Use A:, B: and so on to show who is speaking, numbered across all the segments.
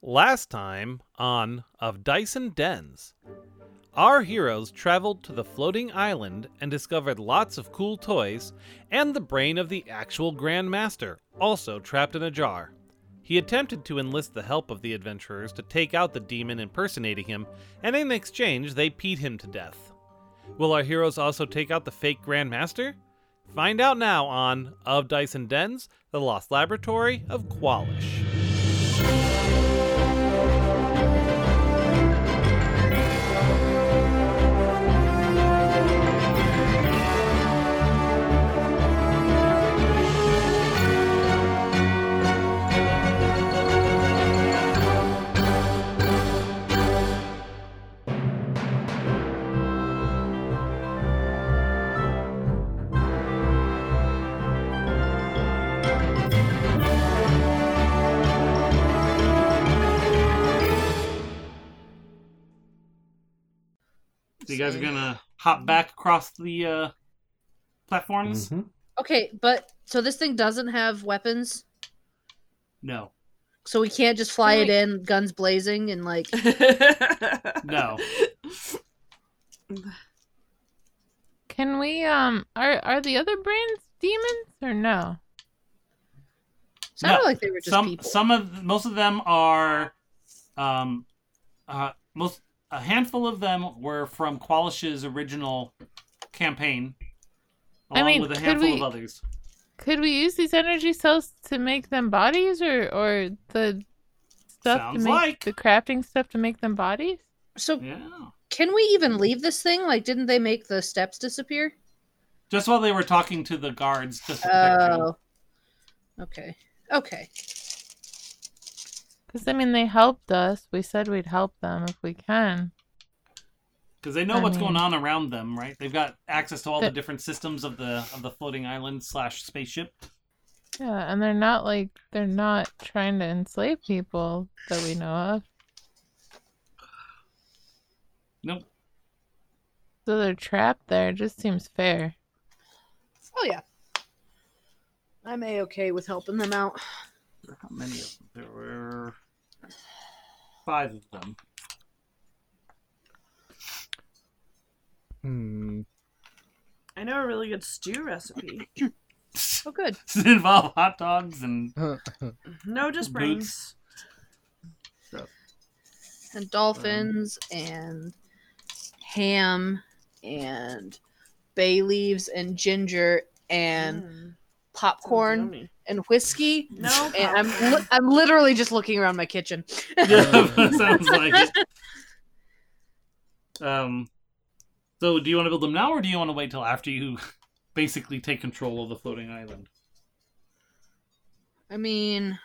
A: Last time on Of Dyson Dens, our heroes traveled to the floating island and discovered lots of cool toys and the brain of the actual Grand Master, also trapped in a jar. He attempted to enlist the help of the adventurers to take out the demon impersonating him, and in exchange, they peed him to death. Will our heroes also take out the fake Grand Master? Find out now on Of Dyson Dens, The Lost Laboratory of Qualish. So you guys are
B: Sweet.
A: gonna
C: Mm-hmm.
A: hop back across the uh, platforms?
B: Okay, but so this thing doesn't have weapons,
A: No,
B: so we can't just fly
D: Like-
B: it in, guns blazing, and like
A: no.
C: Can we um are are the other brains demons or no?
B: sounded
A: No.
B: like they were just
A: some
B: people.
A: some of most of them are, um, uh, most a handful of them were from Qualish's original campaign,
C: I
A: along
C: mean,
A: with a
C: could
A: handful
C: we-
A: of others.
C: Could we use these energy cells to make them bodies or or the stuff
A: Sounds
C: to make
A: like.
C: the crafting stuff to make them bodies?
B: So
A: Yeah.
B: can we even leave this thing? Like, didn't they make the steps disappear?
A: Just while they were talking to the guards, just to protect you.
B: Oh, okay, okay.
C: Cuz I mean they helped us. We said we'd help them if we can.
A: because they know
C: I
A: what's going
C: mean-
A: on around them, right? They've got access to all the
C: The-
A: different systems of the of the floating island slash spaceship.
C: Yeah, and they're not like they're not trying to enslave people that we know of.
A: Nope.
C: So they're trapped there. It just seems fair.
B: Oh yeah, I'm a okay with helping them out.
A: How many of them? There were five of them.
E: Hmm.
D: I know a really good stew recipe.
A: Does
B: Oh good.
A: it involve hot dogs and
D: No, just brains.
B: And dolphins and ham and bay leaves and ginger
A: Hmm,
B: and
D: Mm, sounds
B: popcorn
D: yummy.
B: and whiskey.
D: No,
B: And I'm
D: popcorn.
B: li- I'm literally just looking around my kitchen.
A: yeah, sounds like it. Um, so do you want to build them now, or do you want to wait till after you basically take control of the floating island?
B: I mean,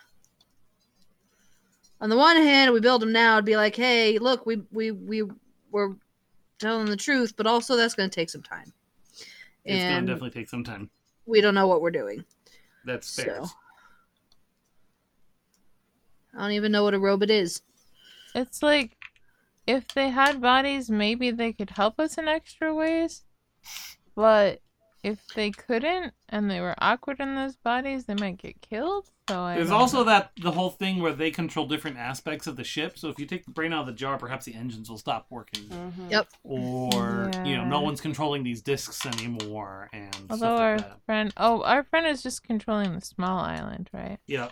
B: on the one hand, we build them now. It'd be like, hey, look, we we we were telling the truth, but also that's going to take some time,
A: It's going
B: And-
A: to definitely take some time.
B: we don't know what we're doing.
A: That's fair.
B: So. I don't even know what a robot is.
C: It's like if they had bodies, maybe they could help us in extra ways. But if they couldn't and they were awkward in those bodies, they might get killed. So I
A: There's
C: don't
A: also that the whole thing where they control different aspects of the ship. So if you take the brain out of the jar, perhaps the engines will stop working,
D: Mhm.
B: Yep.
A: or you know, no
C: Yeah.
A: one's controlling these discs anymore, and
C: Although
A: stuff
C: our
A: like that.
C: friend, oh, our friend is just controlling the small island, right?
A: Yeah,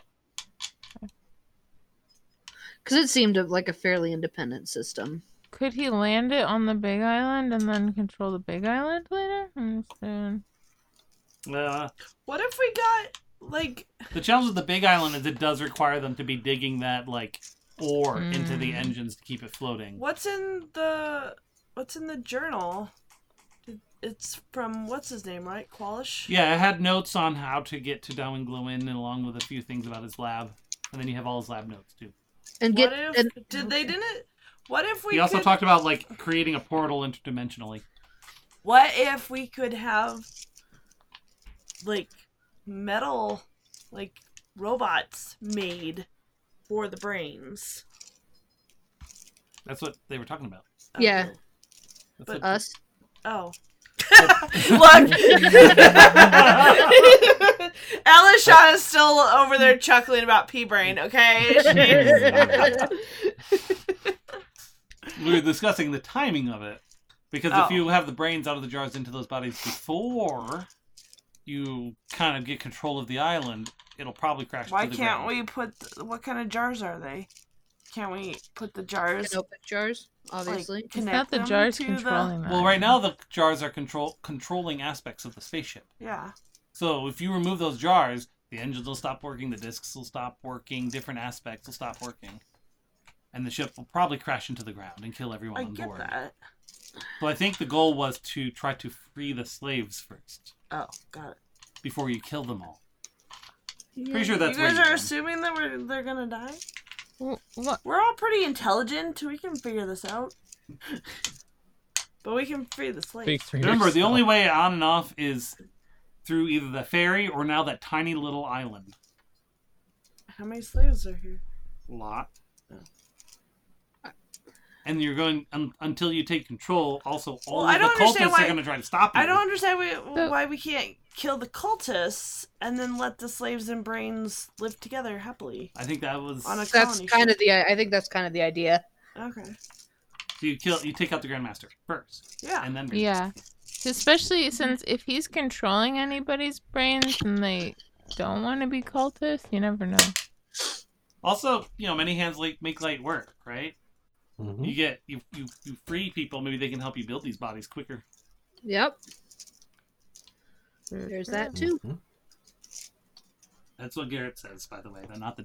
B: Because it seemed like a fairly independent system.
C: Could he land it on the big island and then control the big island later? Hmm, soon.
A: uh,
D: What if we got like
A: the challenge with the Big Island is it does require them to be digging that like ore into the
C: Mm.
A: engines to keep it floating.
D: what's in the what's in the journal? It's from what's his name, right? Qualish.
A: Yeah, I had notes on how to get to Darwin Glowin, and along with a few things about his lab, and then you have all his lab notes too.
B: And
D: What
B: get
D: if
B: and
D: did they didn't? What if we
A: he also
D: could,
A: talked about like creating a portal interdimensionally.
D: What if we could have like metal like robots made for the brains?
A: That's what they were talking about.
B: Yeah.
A: That's
D: But-
A: what-
B: us.
D: Oh. Look, Elisha is still over there chuckling about pea brain. Okay,
A: we were discussing the timing of it because if
D: uh, Oh.
A: you have the brains out of the jars into those bodies before you kind of get control of the island it'll probably crash
D: why
A: to the
D: can't
A: ground.
D: we put? th- what kind of jars are they? Can't we put the jars?
B: Can open jars,
D: like,
B: obviously.
C: It's
D: connect
C: not the
D: them
C: jars
D: to the-
C: controlling that.
A: well right now the jars are control controlling aspects of the spaceship
D: Yeah.
A: so if you remove those jars the engines will stop working the discs will stop working different aspects will stop working and the ship will probably crash into the ground and kill everyone
D: I
A: on
D: get
A: board.
D: that.
A: So I think the goal was to try to free the slaves first
D: Oh, got it.
A: before you kill them all. Pretty sure
D: You
A: that's
D: guys
A: what
D: are assuming that we're they're gonna die.
C: Wh- what?
D: We're all pretty intelligent. We can figure this out. but we can free the slave.
E: Speak for
A: Remember, the
E: yourself.
A: only way on and off is through either the ferry or now that tiny little island.
D: How many slaves are here?
A: Lot. And you're going un until you take control. Also, all
D: Well,
A: of
D: I don't
A: the cultists
D: understand why-
A: are going to try to stop you.
D: I don't understand we,
C: The-
D: why we can't kill the cultists and then let the slaves and brains live together happily.
A: I think that was
D: On a-
B: That's
D: colony
B: kind of the. I think that's kind of the idea.
D: Okay.
A: so you kill you take out the grandmaster first,
D: Yeah.
A: and then
C: Yeah. Especially since if he's controlling anybody's brains and they don't want to be cultists, you never know.
A: Also, you know, many hands like make light work, right?
E: Mhm.
A: You get you, you you free people. Maybe they can help you build these bodies quicker.
B: Yep. There's that too.
E: Mhm.
A: That's what Garrett says, by the way. They're not the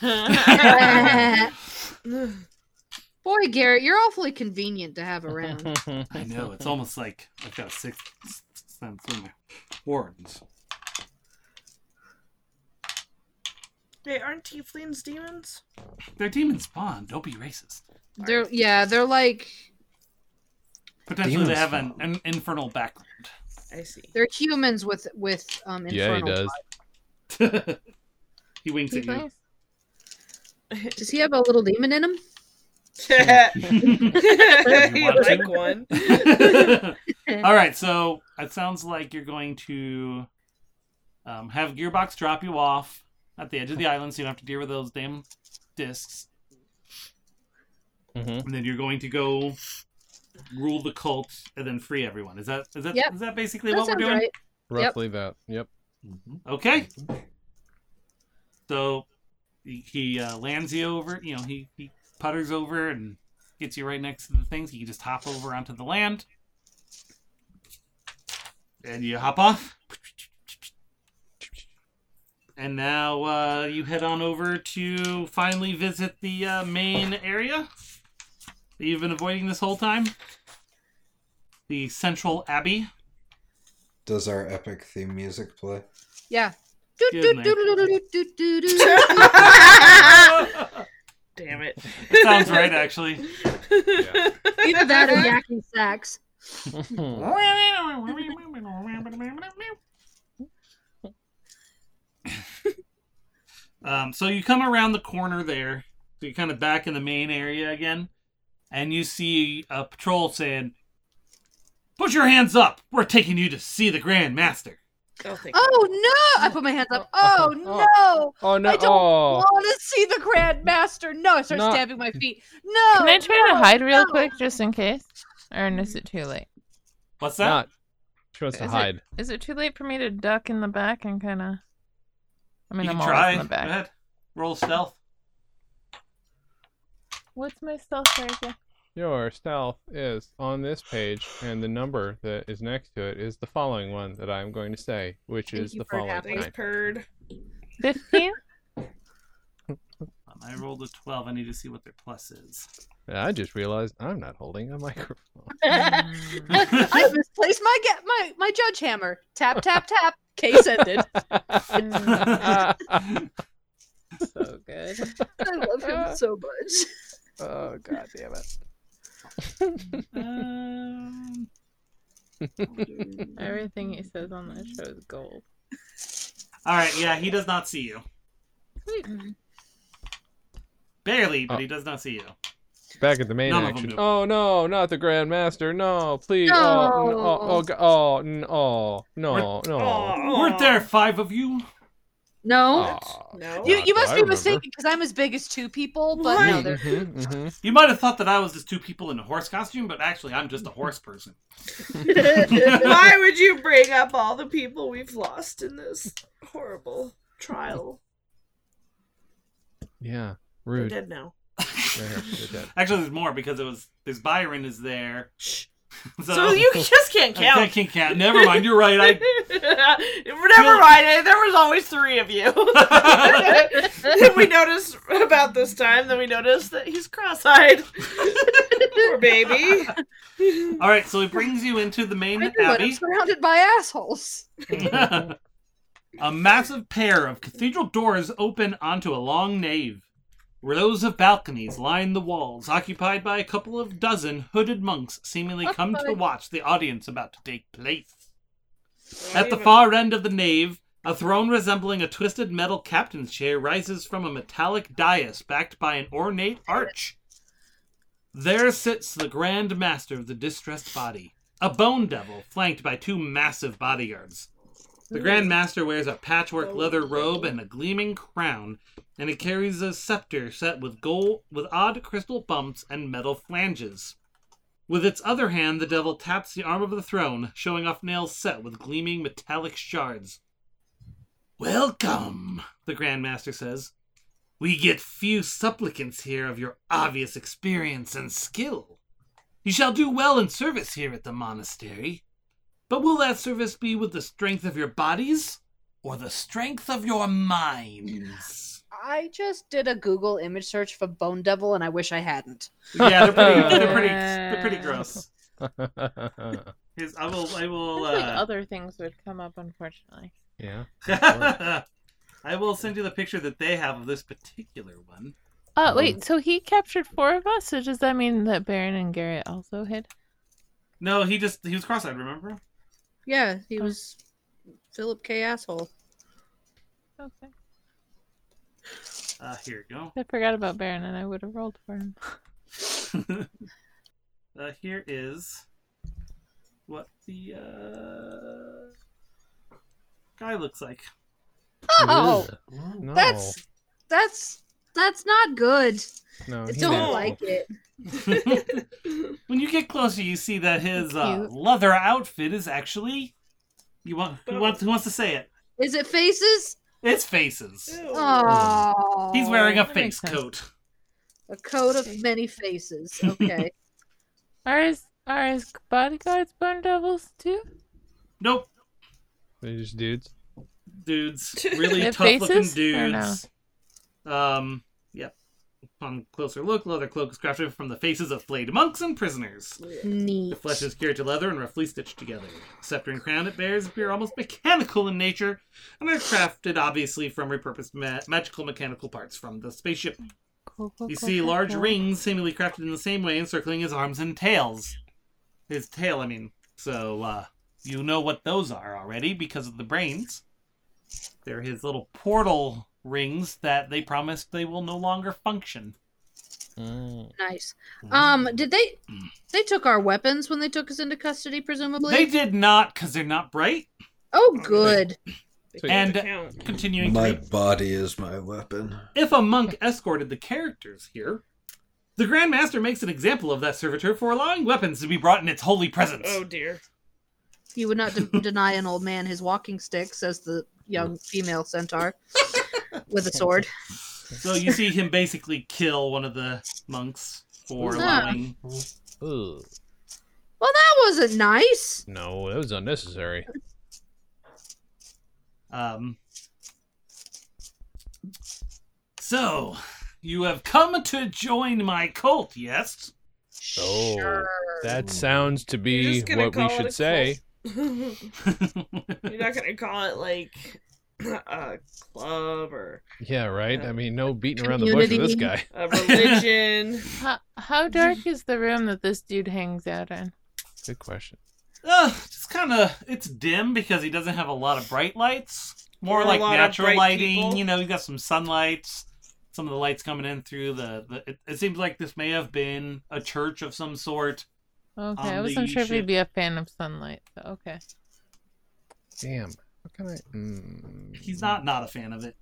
A: DM.
B: Boy, Garrett, you're awfully convenient to have around.
A: I know. It's almost like I've got a sixth sense in my horns.
D: Wait, aren't tieflings demons?
A: They're demon spawn. Don't be racist.
B: They're yeah, they're like
A: Potentially,
E: Demon
A: they have an,
E: spawn.
A: an infernal background.
D: I see.
B: they're humans with with um.
E: Yeah, he
B: infernal
E: does.
A: he winks at you.
C: Tieflings?
B: blood. Does he have a little demon in him?
A: Like
D: one.
A: All right, so it sounds like you're going to um, have Gearbox drop you off at the edge of the island, so you don't have to deal with those damn discs.
E: Mhm.
A: and then you're going to go rule the cult and then free everyone. Is that is that is
B: Yep.
A: that basically
B: That
A: what we're
B: sounds
A: doing?
B: right.
E: Roughly that. Yep.
A: Okay. So he- he uh, lands you over. You know, he, he putters over and gets you right next to the things. You can just hop over onto the land, and you hop off. And now uh, you head on over to finally visit the uh, main area that you've been avoiding this whole time. The Central Abbey.
F: Does our epic theme music play?
B: Yeah. Do,
A: Good
B: do,
A: night.
B: do, do, do, do, do, do, do.
D: Damn it.
A: Sounds right, actually.
B: Either that or yakking sacks.
A: Um, so you come around the corner there. So you're kind of back in the main area again. And you see a patrol saying, Put your hands up! We're taking you to see the Grand Master.
D: Oh, thank
B: Oh no! I put my hands up. Oh no!
E: oh no!
B: I don't
E: oh.
B: Want to see the Grand Master? No! I start
E: No.
B: stabbing my feet. No!
C: Can I try to
B: no,
C: hide real
B: Oh, no.
C: quick just in case? Or is it too late?
A: What's that?
E: Not. She wants to
C: Is it-
E: hide.
C: Is it too late for me to duck in the back and kind of? I mean,
A: you
C: I'm
A: can
C: always
A: try.
C: in the
A: Go
C: back.
A: ahead. Roll stealth.
C: What's my stealth character?
E: Your stealth is on this page, and the number that is next to it is the following one that I'm going to say, which
B: Thank
E: is
B: you
E: the
B: for
E: following
B: having
E: kind.
D: Purred.
C: Fifteen.
A: Um, I rolled a 12. I need to see what their plus is.
E: I just realized I'm not holding a microphone.
B: I misplaced my ga- my my judge hammer. Tap tap tap. Case ended.
E: so good.
B: I love him so much.
E: Oh god damn it.
A: Um,
C: Everything he says on that show is gold.
A: all right, yeah, he does not see you. Barely, but
E: Oh.
C: Oh.
A: he does not see you.
E: Back at the main
A: None of 'em
E: action.
A: do.
E: Oh no, not the Grandmaster. No, please. Oh, n- oh, oh, g- oh, n- oh, no, no.
A: Weren't there five of you?
B: No.
E: Aw.
A: Oh,
D: No.
G: You,
E: God,
G: you
E: I
G: must be
E: remember.
G: mistaken because I'm as big as two people, but no,
D: Right.
G: they're
E: Mhm, mhm.
A: You might have thought that I was just two people in a horse costume, but actually, I'm just a horse person.
D: Why would you bring up all the people we've lost in this horrible trial?
E: Yeah,
D: They're
E: rude.
D: dead now.
E: They're- they're dead.
A: Actually, there's more because it was there's Byron is there.
D: Shh.
A: So,
D: So, you just can't
A: I, I
D: count.
A: can't count. Never mind. You're right. I
D: Never mind. eh, There was always three of you. Then we noticed about this time. Then we noticed that he's cross-eyed. Poor baby.
A: All right, so he brings you into the main
B: I knew it. I'm
A: abbey.
B: surrounded by assholes.
A: a massive pair of cathedral doors open onto a long nave. Rows of balconies line the walls, occupied by a couple of dozen hooded monks, seemingly come to watch the audience about to take place. At the far end of the nave, a throne resembling a twisted metal captain's chair rises from a metallic dais backed by an ornate arch. There sits the Grand Master of the Distressed Body, a bone devil flanked by two massive bodyguards. The Grand Master wears a patchwork leather robe and a gleaming crown, and he carries a scepter set with gold with odd crystal bumps and metal flanges. With its other hand, the devil taps the arm of the throne, showing off nails set with gleaming metallic shards. Welcome, the Grand Master says. We get few supplicants here of your obvious experience and skill. You shall do well in service here at the monastery. But will that service be with the strength of your bodies or the strength of your minds?
B: I just did a Google image search for bone devil, and I wish I hadn't.
A: Yeah, they're pretty, they're pretty, they're pretty gross. Here's- I will, I will,
C: Sounds like
A: uh,
C: other things would come up, unfortunately.
E: yeah.
A: I will send you the picture that they have of this particular one.
C: Oh
A: Um,
C: wait, so he captured four of us. So does that mean that Baron and Garrett also hid?
A: No, he just, he was cross-eyed, remember?
B: Yeah, he was Philip K. asshole.
C: Okay,
A: Uh, here you go.
C: I forgot about Baron, and I would have rolled for him.
A: uh, here is what the uh, guy looks like.
B: Oh,
E: No.
A: Oh.
B: that's that's that's not good.
E: no,
B: I
E: he
B: don't
E: didn't.
B: like it.
A: when you get closer, you see that his uh,
C: Cute.
A: leather outfit is actually. You want who wants who wants to say it?
B: Is it faces?
A: It's faces.
B: Oh,
A: He's wearing a
C: That makes
A: face
C: sense.
A: coat.
B: a coat of many faces. Okay,
C: Are his are his bodyguards bone devils too?
A: Nope,
E: They're just dudes.
A: dudes, really
C: Their
A: tough looking
C: faces? I don't
A: dudes. Um, yep. Upon closer look, leather cloak is crafted from the faces of flayed monks and prisoners. The
B: neat.
A: flesh is cured to leather and roughly stitched together. Scepter and crown it bears appear almost mechanical in nature, and are crafted obviously from repurposed ma- magical mechanical parts from the spaceship.
C: Cool, cool,
A: You
C: cool,
A: see
C: cool,
A: large
C: cool.
A: rings seemingly crafted in the same way, encircling his arms and tails. His tail, I mean. So, uh, you know what those are already because of the brains. They're his little portal rings that they promised they will no longer function.
B: Mm. Nice. Um, did they they took our weapons when they took us into custody? Presumably.
A: They did not, because they're not bright.
B: Oh, good.
E: So
A: And-
D: Doesn't count.
A: Continuing to
F: My
A: read.
F: body is my weapon.
A: If a monk escorted the characters here, the Grand Master makes an example of that servitor for allowing weapons to be brought in its holy presence.
D: Oh dear.
B: You would not de- deny an old man his walking stick, says the young female centaur with a sword.
A: So you see him basically kill one of the monks for
B: Ah.
A: allowing.
E: Ooh.
B: Well, that wasn't nice.
E: No, that was unnecessary.
A: Um, so, you have come to join my cult, yes?
E: Oh,
B: Sure. Mm.
E: That sounds to
D: You're
E: be
D: just gonna
E: what we
D: call it a
E: should say.
D: cult. You're not gonna call it like a club or
E: Yeah, right. I mean, no beating around the bush with this guy.
B: Community.
D: a religion.
C: How, how dark is the room that this dude hangs out in?
E: Good question.
A: uh, just kind of, it's dim because he doesn't have a lot of bright lights. More
D: Or a
A: like
D: lot of
A: natural
D: bright
A: lighting,
D: people.
A: you know, he's got some sunlights. some of the lights coming in through the. the it, it seems like this may have been a church of some sort.
C: Okay, I
A: on
C: wasn't
A: the
C: sure if
A: ship.
C: you'd be a fan of sunlight. But okay.
E: Damn. What can I? Mm.
A: He's not not a fan of it.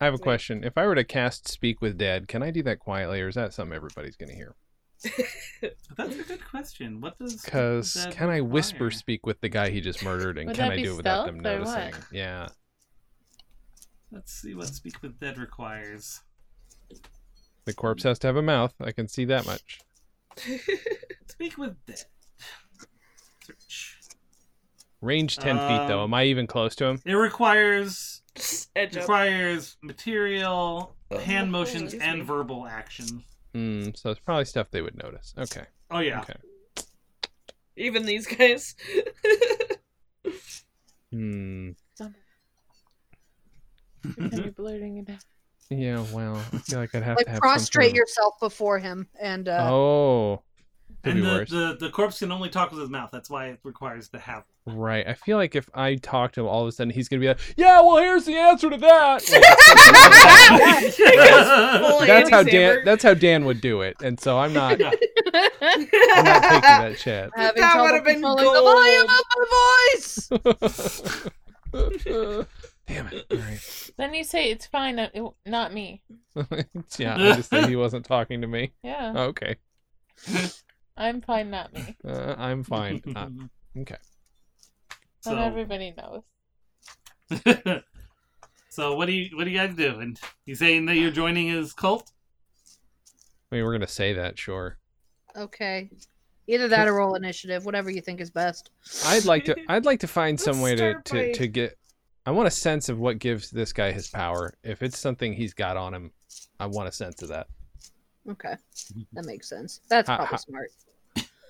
E: I have a question. If I were to cast Speak with Dead, can I do that quietly, or is that something everybody's gonna hear?
A: That's a good question. What does?
E: Because
A: that
E: can I whisper
A: require?
E: Speak with the guy he just murdered, and
C: Would
E: can
C: that
E: I
C: be
E: do it without them
C: stealth or what?
E: noticing? Yeah.
A: Let's see what Speak with Dead requires.
E: The corpse has to have a mouth. I can see that much.
A: Speak with Dead. Search.
E: Range ten feet though.
A: Um,
E: Am I even close to him?
A: It requires
D: Just Edge up.
A: requires material, hand motions,
D: Oh, excuse
A: and
D: me.
A: verbal action.
E: Mm, so it's probably stuff they would notice. Okay.
A: Oh yeah.
E: Okay.
D: Even these guys.
E: Hmm.
C: Are you blurting it out?
E: Yeah. Well, I feel like I'd have
B: Like
E: to have
B: prostrate
E: some sort
B: yourself before him and
E: of-
B: uh
E: Oh. Could
A: and
E: be
A: the,
E: worse.
A: the the corpse can only talk with his mouth. That's why it requires to have.
E: Right. I feel like if I talk to him, all of a sudden he's gonna be like, "Yeah, well, here's the answer to that." Oh.
D: Fully
E: that's how
D: Andy
E: Dan.
D: Samberg.
E: That's how Dan would do it, and so I'm not.
A: Yeah.
E: I'm not taking that chance.
B: having
D: That
B: trouble
D: would've been
B: controlling the volume
D: gold.
B: of my voice.
E: Damn it! All right.
C: Then you say it's fine, uh, it- not me.
E: yeah, I just said he wasn't talking to me.
C: Yeah,
A: Oh.
E: Okay,
C: I'm fine, not me.
E: uh, I'm fine. Uh, okay.
C: But
A: so,
C: everybody knows.
A: so what do you what do you guys do? And you saying that you're joining his cult?
E: I mean, we're gonna say that, sure.
B: Okay. Either that or roll initiative, whatever you think is best.
E: I'd like to. I'd like to find
D: Let's
E: some way to
D: start
E: to,
D: by-
E: to get. I want a sense of what gives this guy his power. If it's something he's got on him, I want a sense of that.
B: Okay. That makes sense. That's
E: Ha-
B: probably
E: ha-
B: smart.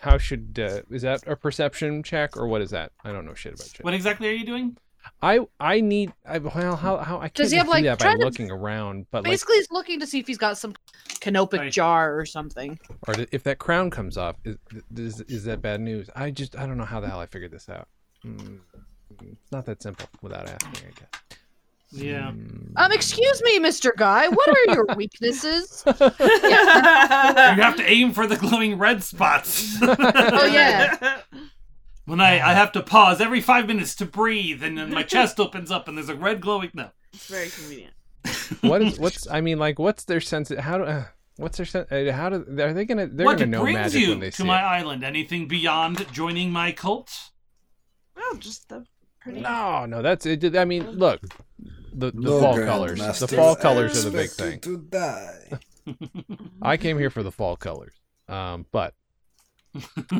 E: How should uh, is that a perception check or what is that? I don't know shit about shit.
A: What exactly are you doing?
E: I I need I well how how I
B: Does
E: can't
B: he have,
E: do
B: like,
E: that by
B: try to-
E: looking around, but like
G: Basically, he's looking to see if he's got some canopic
A: Right.
G: jar or something.
E: or th- if that crown comes off, is, is is that bad news? I just I don't know how the hell I figured this out. Mm, it's not that simple without asking, I guess.
A: Yeah.
E: Mm.
G: Um, excuse me, Mr. Guy. What are your weaknesses?
A: You have to aim for the glowing red spots. oh
B: yeah.
A: When I, I have to pause every five minutes to breathe, and then my chest opens up, and there's a red glowing. No,
D: It's very convenient.
E: what is what's I mean like what's their sense? How do uh, what's their sense? Uh, how do are they gonna they're
A: what
E: gonna know
A: brings
E: magic
A: you
E: when they
A: to
E: see
A: my
E: it?
A: island? Anything beyond joining my cult?
D: Well, just the pretty.
E: No, no, that's it. I mean, look, the, the
F: No,
E: fall colors, the
F: Grandmaster,
E: fall
F: I
E: colors are the big
F: expected
E: thing.
F: To die.
E: I came here for the fall colors. Um, but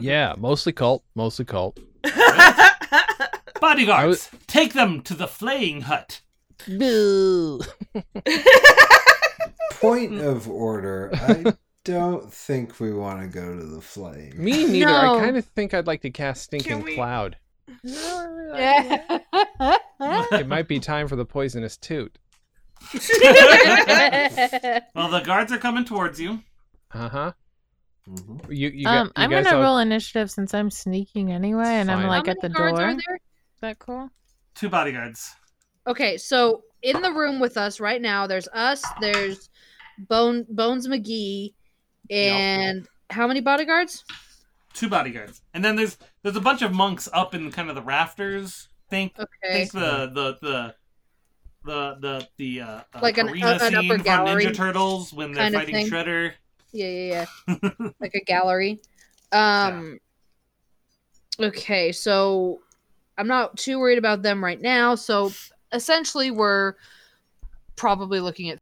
E: yeah, mostly cult, mostly cult. I
A: Bodyguards,
E: was-
A: take them to the flaying hut.
E: Boo.
F: Point of order. I don't think we want to go to the flame.
E: Me neither.
B: No.
E: I kind of think I'd like to cast
D: Can
E: stinking
D: we-
E: cloud.
B: Yeah.
E: It might be time for the poisonous toot.
A: Well, the guards are coming towards you.
E: Uh huh.
F: Mhm.
E: You you, got,
C: Um,
E: you
C: I'm
E: guys
C: gonna
E: all-
C: roll initiative since I'm sneaking anyway, and
E: Fine.
C: I'm like
B: How
C: at the
B: many guards
C: door.
B: are
C: Is
B: there?
C: that cool?
A: Two bodyguards.
B: Okay, so in the room with us right now, there's us, there's Bone Bones McGee, and how many bodyguards?
A: Two bodyguards. And then there's there's a bunch of monks up in kind of the rafters. Think
B: Okay.
A: think the the the the the the uh, uh,
B: Like an-
A: arena
B: uh, an upper
A: scene from
B: gallery
A: Ninja Turtles when they're
B: kind of
A: fighting
B: thing.
A: Shredder.
B: Yeah, yeah, yeah. like a gallery. Um Okay, so I'm not too worried about them right now. So essentially we're probably looking at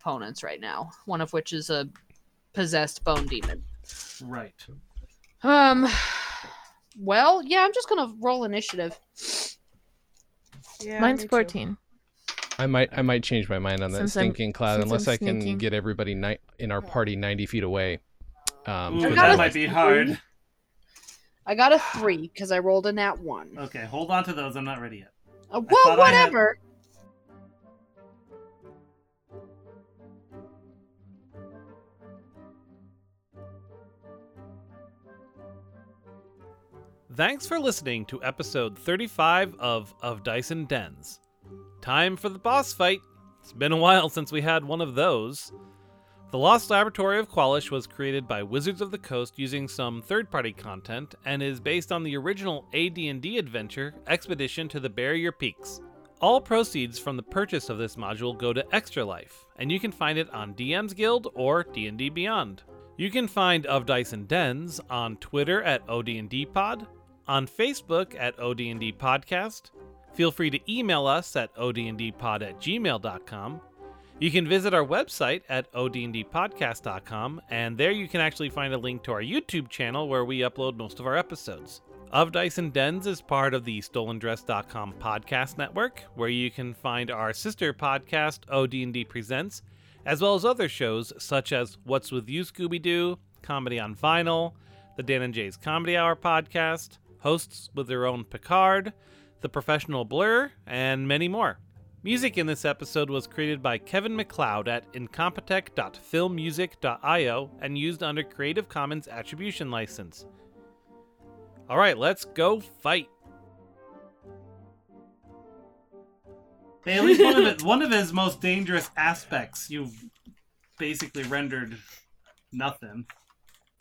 B: opponents right now, one of which is a possessed bone demon.
A: Right.
B: Um well, yeah, I'm just going to roll initiative.
D: Yeah,
C: Mine's
D: me too.
C: 14.
E: I might I might change my mind on that
C: Since I'm-
E: stinking cloud
C: since
E: unless
C: I'm
E: I can
C: sneaking.
E: get everybody ni- in our party ninety feet away. Um,
A: Ooh, that
B: I've got
E: 'cause
B: a-
E: otherwise-
A: might be hard.
B: I got a 3 cuz I rolled a nat 1.
A: Okay, hold on to those. I'm not ready yet.
B: Uh,
A: thought
B: well,
A: I had-
B: whatever.
H: Thanks for listening to episode 35 of Of Dyson Dens. Time for the boss fight. It's been a while since we had one of those. The Lost Laboratory of Qualish was created by Wizards of the Coast using some third-party content and is based on the original AD&D adventure Expedition to the Barrier Peaks. All proceeds from the purchase of this module go to Extra Life, and you can find it on DM's Guild or D&D Beyond. You can find Of Dice and Dens on Twitter at OD&D Pod, on Facebook at OD&D Podcast. Feel free to email us at odndpod at gmail.com. You can visit our website at odndpodcast.com, and there you can actually find a link to our YouTube channel where we upload most of our episodes. Of Dice and Dens is part of the StolenDress.com podcast network, where you can find our sister podcast, OD&D Presents, as well as other shows such as What's With You, Scooby Doo, Comedy on Vinyl, the Dan and Jay's Comedy Hour podcast, hosts with their own Picard, The Professional Blur, and many more. Music in this episode was created by Kevin McLeod at incompetech.filmmusic.io and used under Creative Commons Attribution License. All right, let's go fight.
A: Bailey's one of, the, one of his most dangerous aspects. You've basically rendered nothing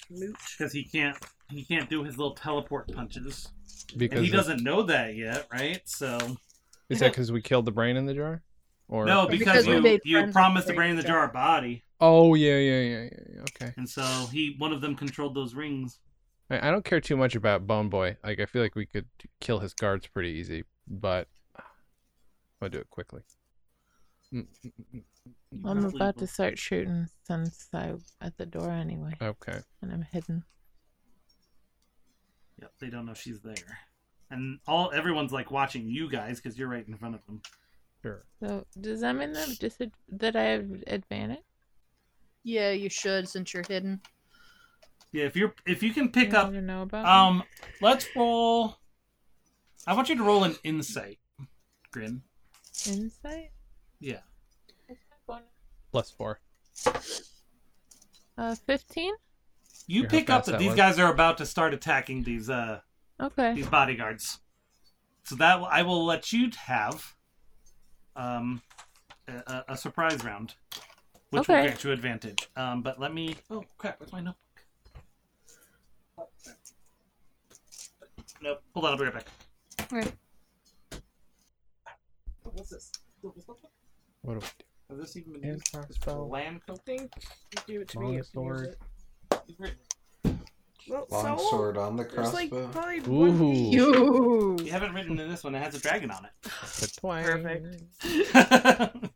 A: because he can't he can't do his little teleport punches,
E: Because
A: and he doesn't know that yet, right? So
E: is that because we killed the brain in the jar? Or
A: no, because,
B: Because we
A: you
B: made
A: you
B: friends
A: promised
B: with
A: the brain in the jar body,
E: Oh yeah, yeah, yeah, yeah. yeah, Okay.
A: and so he one of them controlled those rings.
E: I, I don't care too much about Bone Boy. Like I feel like we could kill his guards pretty easy, but I'll do it quickly. Mm, mm, mm, mm.
C: I'm
A: Hopefully
C: about
A: we'll-
C: to start shooting since I'm at the door anyway,
E: Okay.
C: and I'm hidden.
A: Yep, they don't know she's there, and all everyone's like watching you guys because you're right in front of them.
E: Sure.
C: So does that mean that, disad- that I have advantage?
B: Yeah, you should since you're hidden.
A: Yeah, if you're if you can
C: You
A: pick up
C: wanna know about me?
A: Um, let's roll. I want you to roll an insight, Grin.
C: insight?
A: Yeah.
E: Plus four.
C: Uh, fifteen.
A: You
E: Here, how
A: pick up
E: fast
A: that
E: that
A: these
E: was.
A: guys are about to start attacking these uh
C: Okay.
A: these bodyguards. So that I will let you have um a, a- a surprise round, which will
C: Okay.
A: grant you advantage. Um, but let me. Oh crap! Where's my notebook? Nope. Hold on, I'll be right back.
B: Alright.
A: What's this? Has
E: What do
A: this even been
E: we do?
A: used? Land
D: I think you gave it to
E: Long
D: me. if you use
E: sword.
D: it.
A: You've written-
D: Well,
F: Long
D: so?
F: sword on the
D: There's like
F: crossbow.
D: probably
E: Ooh.
D: one piece.
B: You.
A: You haven't written in this one. It has a dragon on
D: Perfect.
A: it.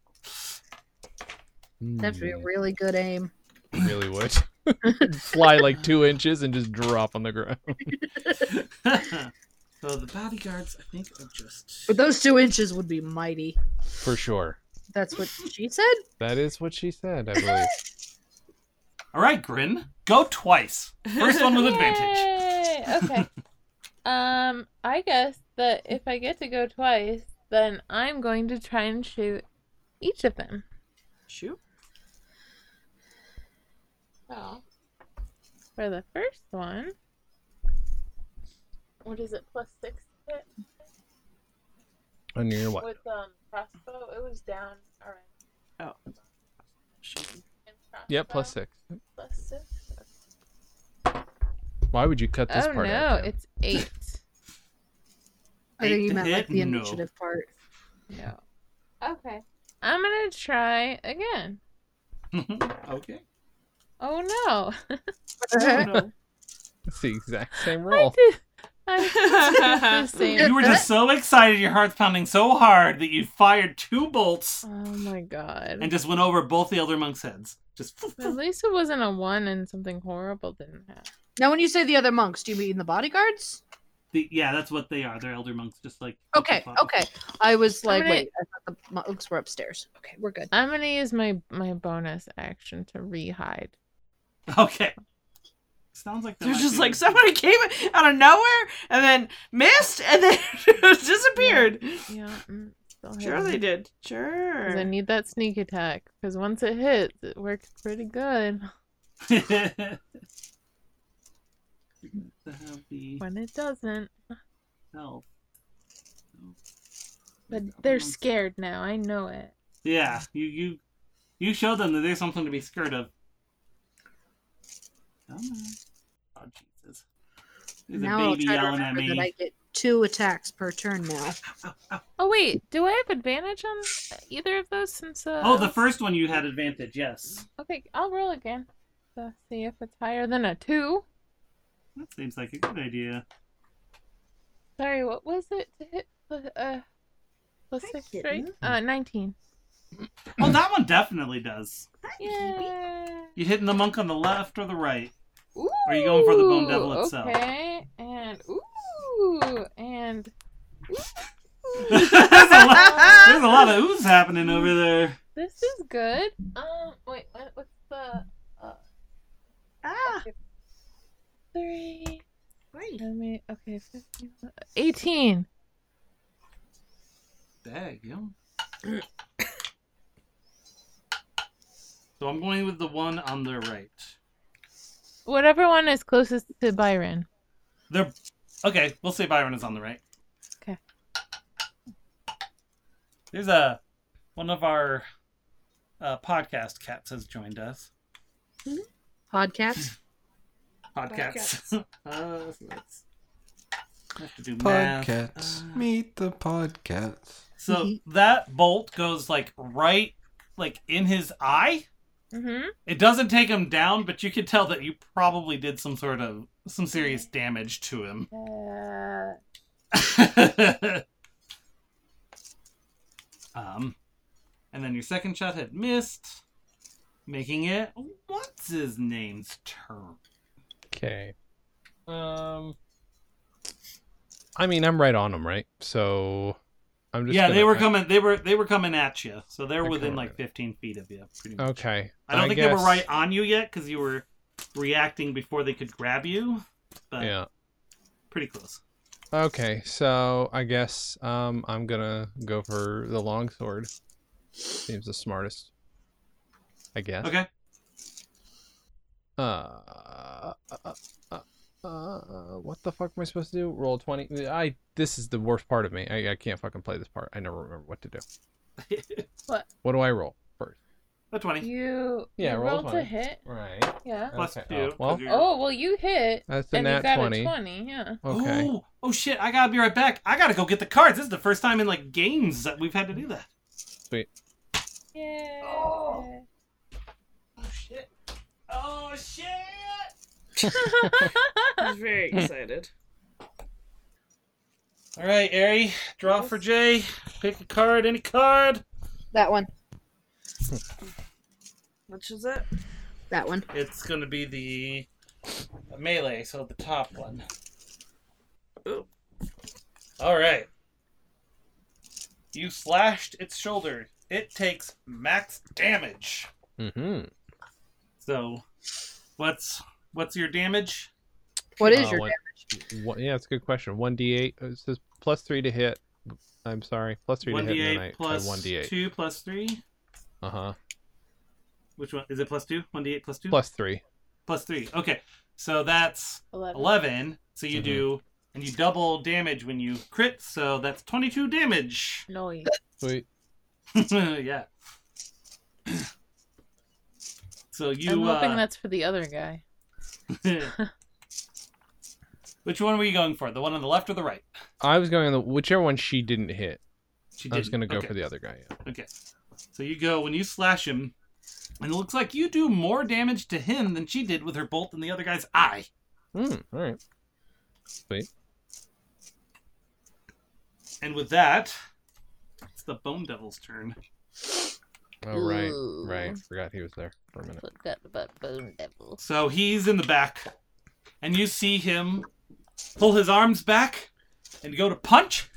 B: That'd be a really good aim.
E: really would. Fly like two inches and just drop on the ground.
A: so the bodyguards, I think, are just.
B: But those two inches would be mighty.
E: For sure.
B: That's what she said.
E: That is what she said, I believe.
A: All right, Grin, go twice. First one with advantage.
C: Yay! Okay. um, I guess that if I get to go twice, then I'm going to try and shoot each of them.
D: Shoot.
C: So, for the first one, what is it? Plus six to hit?
E: On your what?
C: with um crossbow. It was down. All right.
D: Shoot.
C: And crossbow,
E: Yep, plus six.
C: Plus six.
E: Why would you cut this
C: Oh
E: part
C: no,
E: out? Jim?
C: it's eight.
B: I think
A: Eight
B: you
A: to
B: meant
A: hit?
B: like the
A: No.
B: initiative part.
C: No. Okay. I'm gonna try again.
A: okay.
C: Oh no!
D: Oh, no.
E: It's the exact same
C: I
E: roll.
C: did. I did the
A: You
C: same.
A: were just so excited, your heart's pounding so hard that you fired two bolts
C: Oh my god.
A: and just went over both the elder monks' heads. Just.
C: At least it wasn't a one and something horrible didn't happen.
B: Now, when you say the other monks, do you mean the bodyguards?
A: The- yeah, that's what they are. They're elder monks, just like.
B: Okay, okay. I was like,
C: gonna-
B: wait, I thought the monks were upstairs. Okay, we're good.
C: I'm gonna use my my bonus action to rehide.
A: Okay. Sounds like there
D: There's
A: might
D: just
A: be-
D: like somebody came out of nowhere and then missed and then disappeared.
C: Yeah. mm, still
D: Sure
C: hidden.
D: they did.
C: 'Cause I
D: Sure.
C: need that sneak attack because once it hits, it works pretty good.
A: to have the
C: When it doesn't,
A: health.
C: but they're scared now. I know it.
A: Yeah, you you you show them that there's something to be scared of. Come on. Oh Jesus! There's
B: now
A: a
B: I'll
A: baby
B: try to
A: yelling at
B: remember
A: me.
B: that I get two attacks per turn now.
C: Oh wait, do I have advantage on either of those? Since uh,
A: Oh, the first one you had advantage. Yes,
C: okay, I'll roll again to see if it's higher than a two.
A: that seems like a good idea.
C: Sorry, what was it to hit the uh, plus
G: Hi,
C: six
G: kitten.
C: straight? Uh, nineteen.
A: Oh, that one definitely does.
C: Yeah.
A: You hitting the monk on the left or the right? Are you going for the bone devil
C: Ooh,
A: itself?
C: Okay, and ooh, and
A: there's, a lot, there's a lot of ooze happening over there.
C: this is good. Um, wait, what, what's the uh,
D: Ah,
C: three?
D: great.
C: Let me. Okay, 15, eighteen.
A: Dag, yo. so I'm going with the one on the right.
C: Whatever one is closest to Byron.
A: They're okay. We'll say Byron is on the right.
C: Okay.
A: There's a one of our uh, podcast cats has joined us.
B: Podcast.
A: Podcasts. uh, that's, I have to do math.
F: Podcasts.
A: Uh,
F: Meet the podcasts.
A: So that bolt goes like right, like in his eye.
C: Mm-hmm.
A: It doesn't take him down, but you could tell that you probably did some sort of some serious damage to him.
C: Uh,
A: um, and then your second shot had missed, making it what's his name's turn.
E: Okay.
A: Um,
E: I mean, I'm right on them, right? So I'm just
A: yeah,
E: gonna-
A: they were
E: I-
A: coming. They were they were coming at you, so they're
E: Okay.
A: within like 15 feet of you. Pretty much.
E: Okay.
A: I don't think they were
E: guess-
A: right on you yet because you were reacting before they could grab you, but
E: Yeah.
A: pretty close.
E: Okay, so I guess um, I'm gonna go for the longsword. Seems the smartest. I guess.
A: Okay.
E: Uh, uh, uh, uh, what the fuck am I supposed to do? Roll twenty. I. This is the worst part of me. I, I can't fucking play this part. I never remember what to do.
C: What?
E: What do I roll first?
A: A 20
C: you
E: Yeah,
C: you
E: roll
C: rolled to
E: twenty.
C: hit.
E: Right.
C: Yeah.
A: plus
E: Okay,
A: two.
E: oh,
A: 'cause
E: well.
A: you're-
C: Oh well, you hit.
E: That's the
C: and you
E: nat
C: got
E: twenty.
C: a twenty. Yeah.
E: Okay.
A: Oh, oh shit! I gotta be right back. I gotta go get the cards. This is the first time in like games that we've had to do that.
C: Yeah.
D: Oh. Oh shit! Oh shit! I was very excited.
A: All right, Ari, draw for Jay. Pick a card, any card.
B: That one.
D: Which is it?
B: That one.
A: It's gonna be the melee, so the top one.
D: Ooh.
A: All right. You slashed its shoulder. It takes max damage.
E: Mm-hmm.
A: So, what's what's your damage?
B: What is
E: Uh,
B: your
E: one- One, yeah, that's a good question. One d eight. uh, It says plus three to hit. I'm sorry, plus three
A: One
E: to hit.
A: d
E: and then I
A: eight
E: type
A: plus
E: one d eight.
A: two plus three.
E: Uh huh.
A: Which one is it? Plus two. One d eight plus two.
E: Plus three.
A: plus three. Okay, so that's
C: Eleven.
A: eleven. So you
E: Mhm.
A: do and you double damage when you crit. So that's twenty-two damage.
C: Noise.
E: Sweet.
A: yeah. So you.
C: I'm hoping
A: uh,
C: that's for the other guy.
A: which one were you going for? The one on the left or the right?
E: I was going on the whichever one she didn't hit.
A: She
E: I was
A: didn't.
E: gonna go
A: Okay.
E: for the other guy. Yeah.
A: So you go when you slash him, and it looks like you do more damage to him than she did with her bolt in the other guy's eye.
E: Mm, all right.
A: And with that, it's the Bone Devil's turn.
E: Oh right,
C: Ooh.
E: right. Forgot he was there for a minute.
C: Forgot about bone devils.
A: So he's in the back, and you see him pull his arms back and go to punch,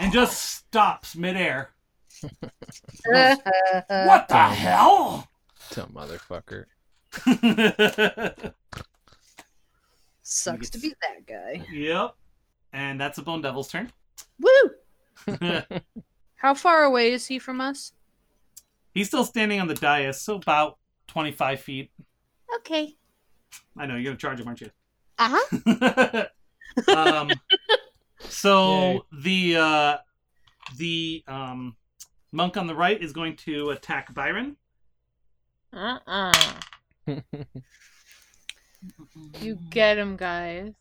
A: and just stops midair. Goes,
C: Uh,
A: what
E: Oh.
A: the hell?
E: Dumb motherfucker.
B: Sucks to be that guy.
A: yep. And that's the Bone Devil's turn.
B: Woo! How far away is he from us?
A: he's still standing on the dais, so about 25 feet.
G: Okay.
A: I know, you're going to charge him, aren't you?
G: Uh
A: um, so the uh, the um, Monk on the right is going to attack Byron.
C: Uh uh You get him, guys.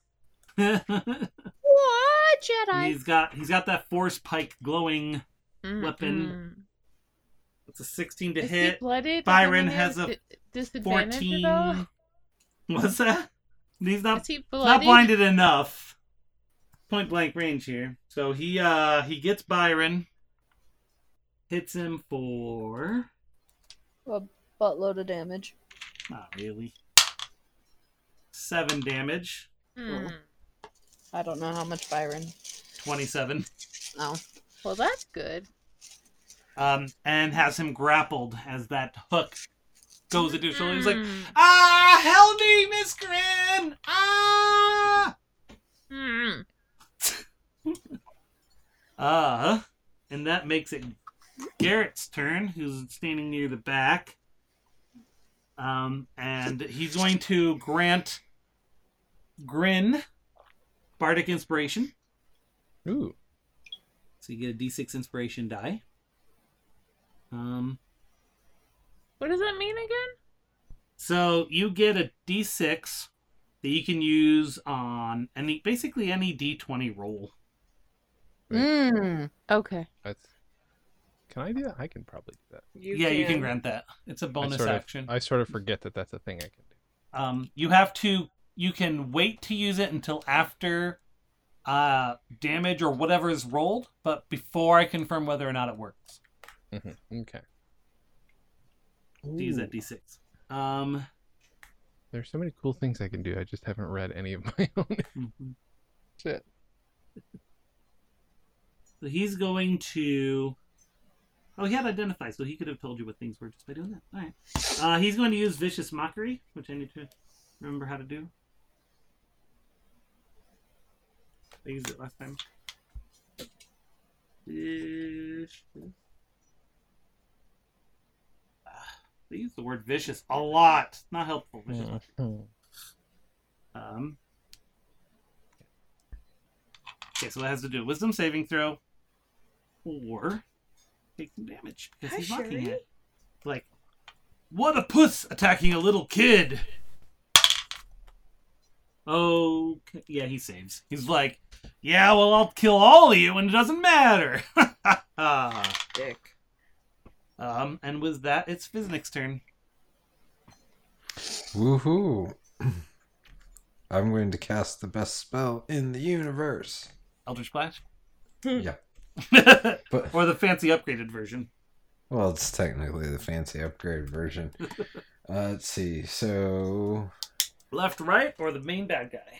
B: What Jedi?
A: he's got he's got that force pike glowing. Weapon. It's a 16 to
C: Is he
A: hit.
C: blooded? Does
A: Byron
C: that mean he
A: has a
C: di- disadvantage at all?
A: 14. What's that? He's not
C: Is he
A: not
C: bloody?
A: blinded enough. Point blank range here. So he uh he gets Byron. Hits him for
B: Buttload of damage.
A: not really. Seven damage.
C: Hmm.
B: I don't know how much Byron.
A: Twenty-seven.
B: No.
C: Well, that's good.
A: um, and has him grappled as that hook goes into his shoulder. He's like,
C: Mm.
A: "Ah, help me, Miss Grin! Ah!"
C: Mm.
A: Uh, and that makes it Garrett's turn, who's standing near the back. Um, and he's going to grant Grin bardic inspiration.
E: Ooh.
A: So you get a d6 inspiration die. Um,
C: What does that mean again?
A: So you get a d6 that you can use on any basically any d20 roll.
B: Mm.
C: Okay.
E: That's. Can I do that? I can probably do that.
A: yeah, you can grant that. It's a
E: I
A: bonus
E: sort
A: action.
E: Of, I sort of forget that that's a thing I can do.
A: Um, you have to. You can wait to use it until after uh, damage or whatever is rolled, but before I confirm whether or not it works.
E: Mm-hmm. Okay.
A: To use that d6. Um,
E: There's so many cool things I can do. I just haven't read any of my own.
A: mhm.
E: Shit.
A: So he's going to. Oh, he had identify, so he could have told you what things were just by doing that. All right. Uh, he's going to use vicious mockery, which I need to remember how to do. I used it last time. Vicious. Ah, They use the word vicious a lot. It's Not helpful. Vicious um, okay, so that has to do with wisdom saving throw, or take some damage because
D: Hi,
A: he's mocking
D: Sherry.
A: it. Like, what a puss attacking a little kid. Oh, yeah, he saves. He's like, yeah, well, I'll kill all of you, and it doesn't matter.
D: Dick.
A: um, and with that, it's Fiznik's turn.
F: Woohoo! I'm going to cast the best spell in the universe.
A: Eldritch Blast,
F: yeah. But
A: or the fancy upgraded version.
F: well, it's technically the fancy upgrade version. Uh, let's see. So,
A: Left, right, or the main bad guy.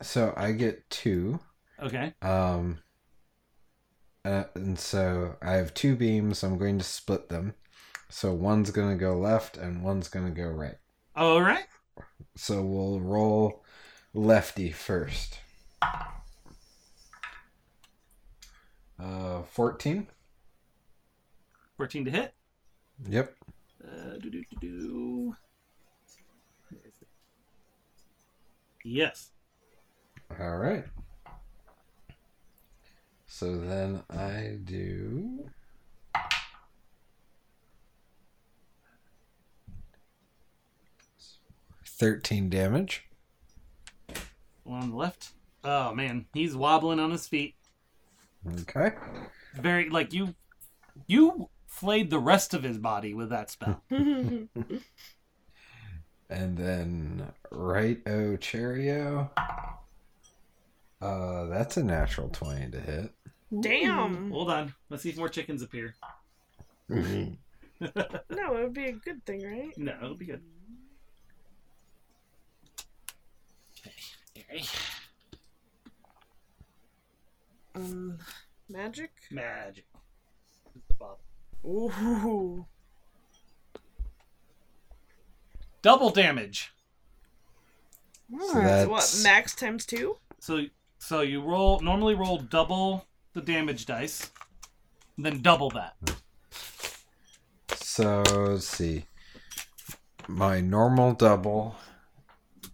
F: so I get two.
A: Okay.
F: Um, uh, and so I have two beams. I'm going to split them. So one's going to go left and one's going to go right.
A: All right.
F: So we'll roll lefty first. Uh, 14.
A: 14 to hit.
F: Yep.
A: Uh, do, do, do, do. Yes.
F: All right. So then I do. Thirteen damage.
A: One on the left. Oh, man. He's wobbling on his feet.
F: Okay.
A: Very, like, you. You flayed the rest of his body with that spell.
F: And then right oh, o cherio. Uh, that's a natural twenty to hit.
D: Damn.
A: Hold on. Let's see if more chickens appear.
D: No, it would be a good thing, right?
A: No, it'll be good. Okay. Gary.
D: Um, magic.
A: Magic. This is the bottom.
D: Ooh.
A: Double damage.
F: So
D: So what?
F: that's
D: Max times two?
A: So so you roll normally roll double the damage dice, then double that.
F: So let's see. My normal double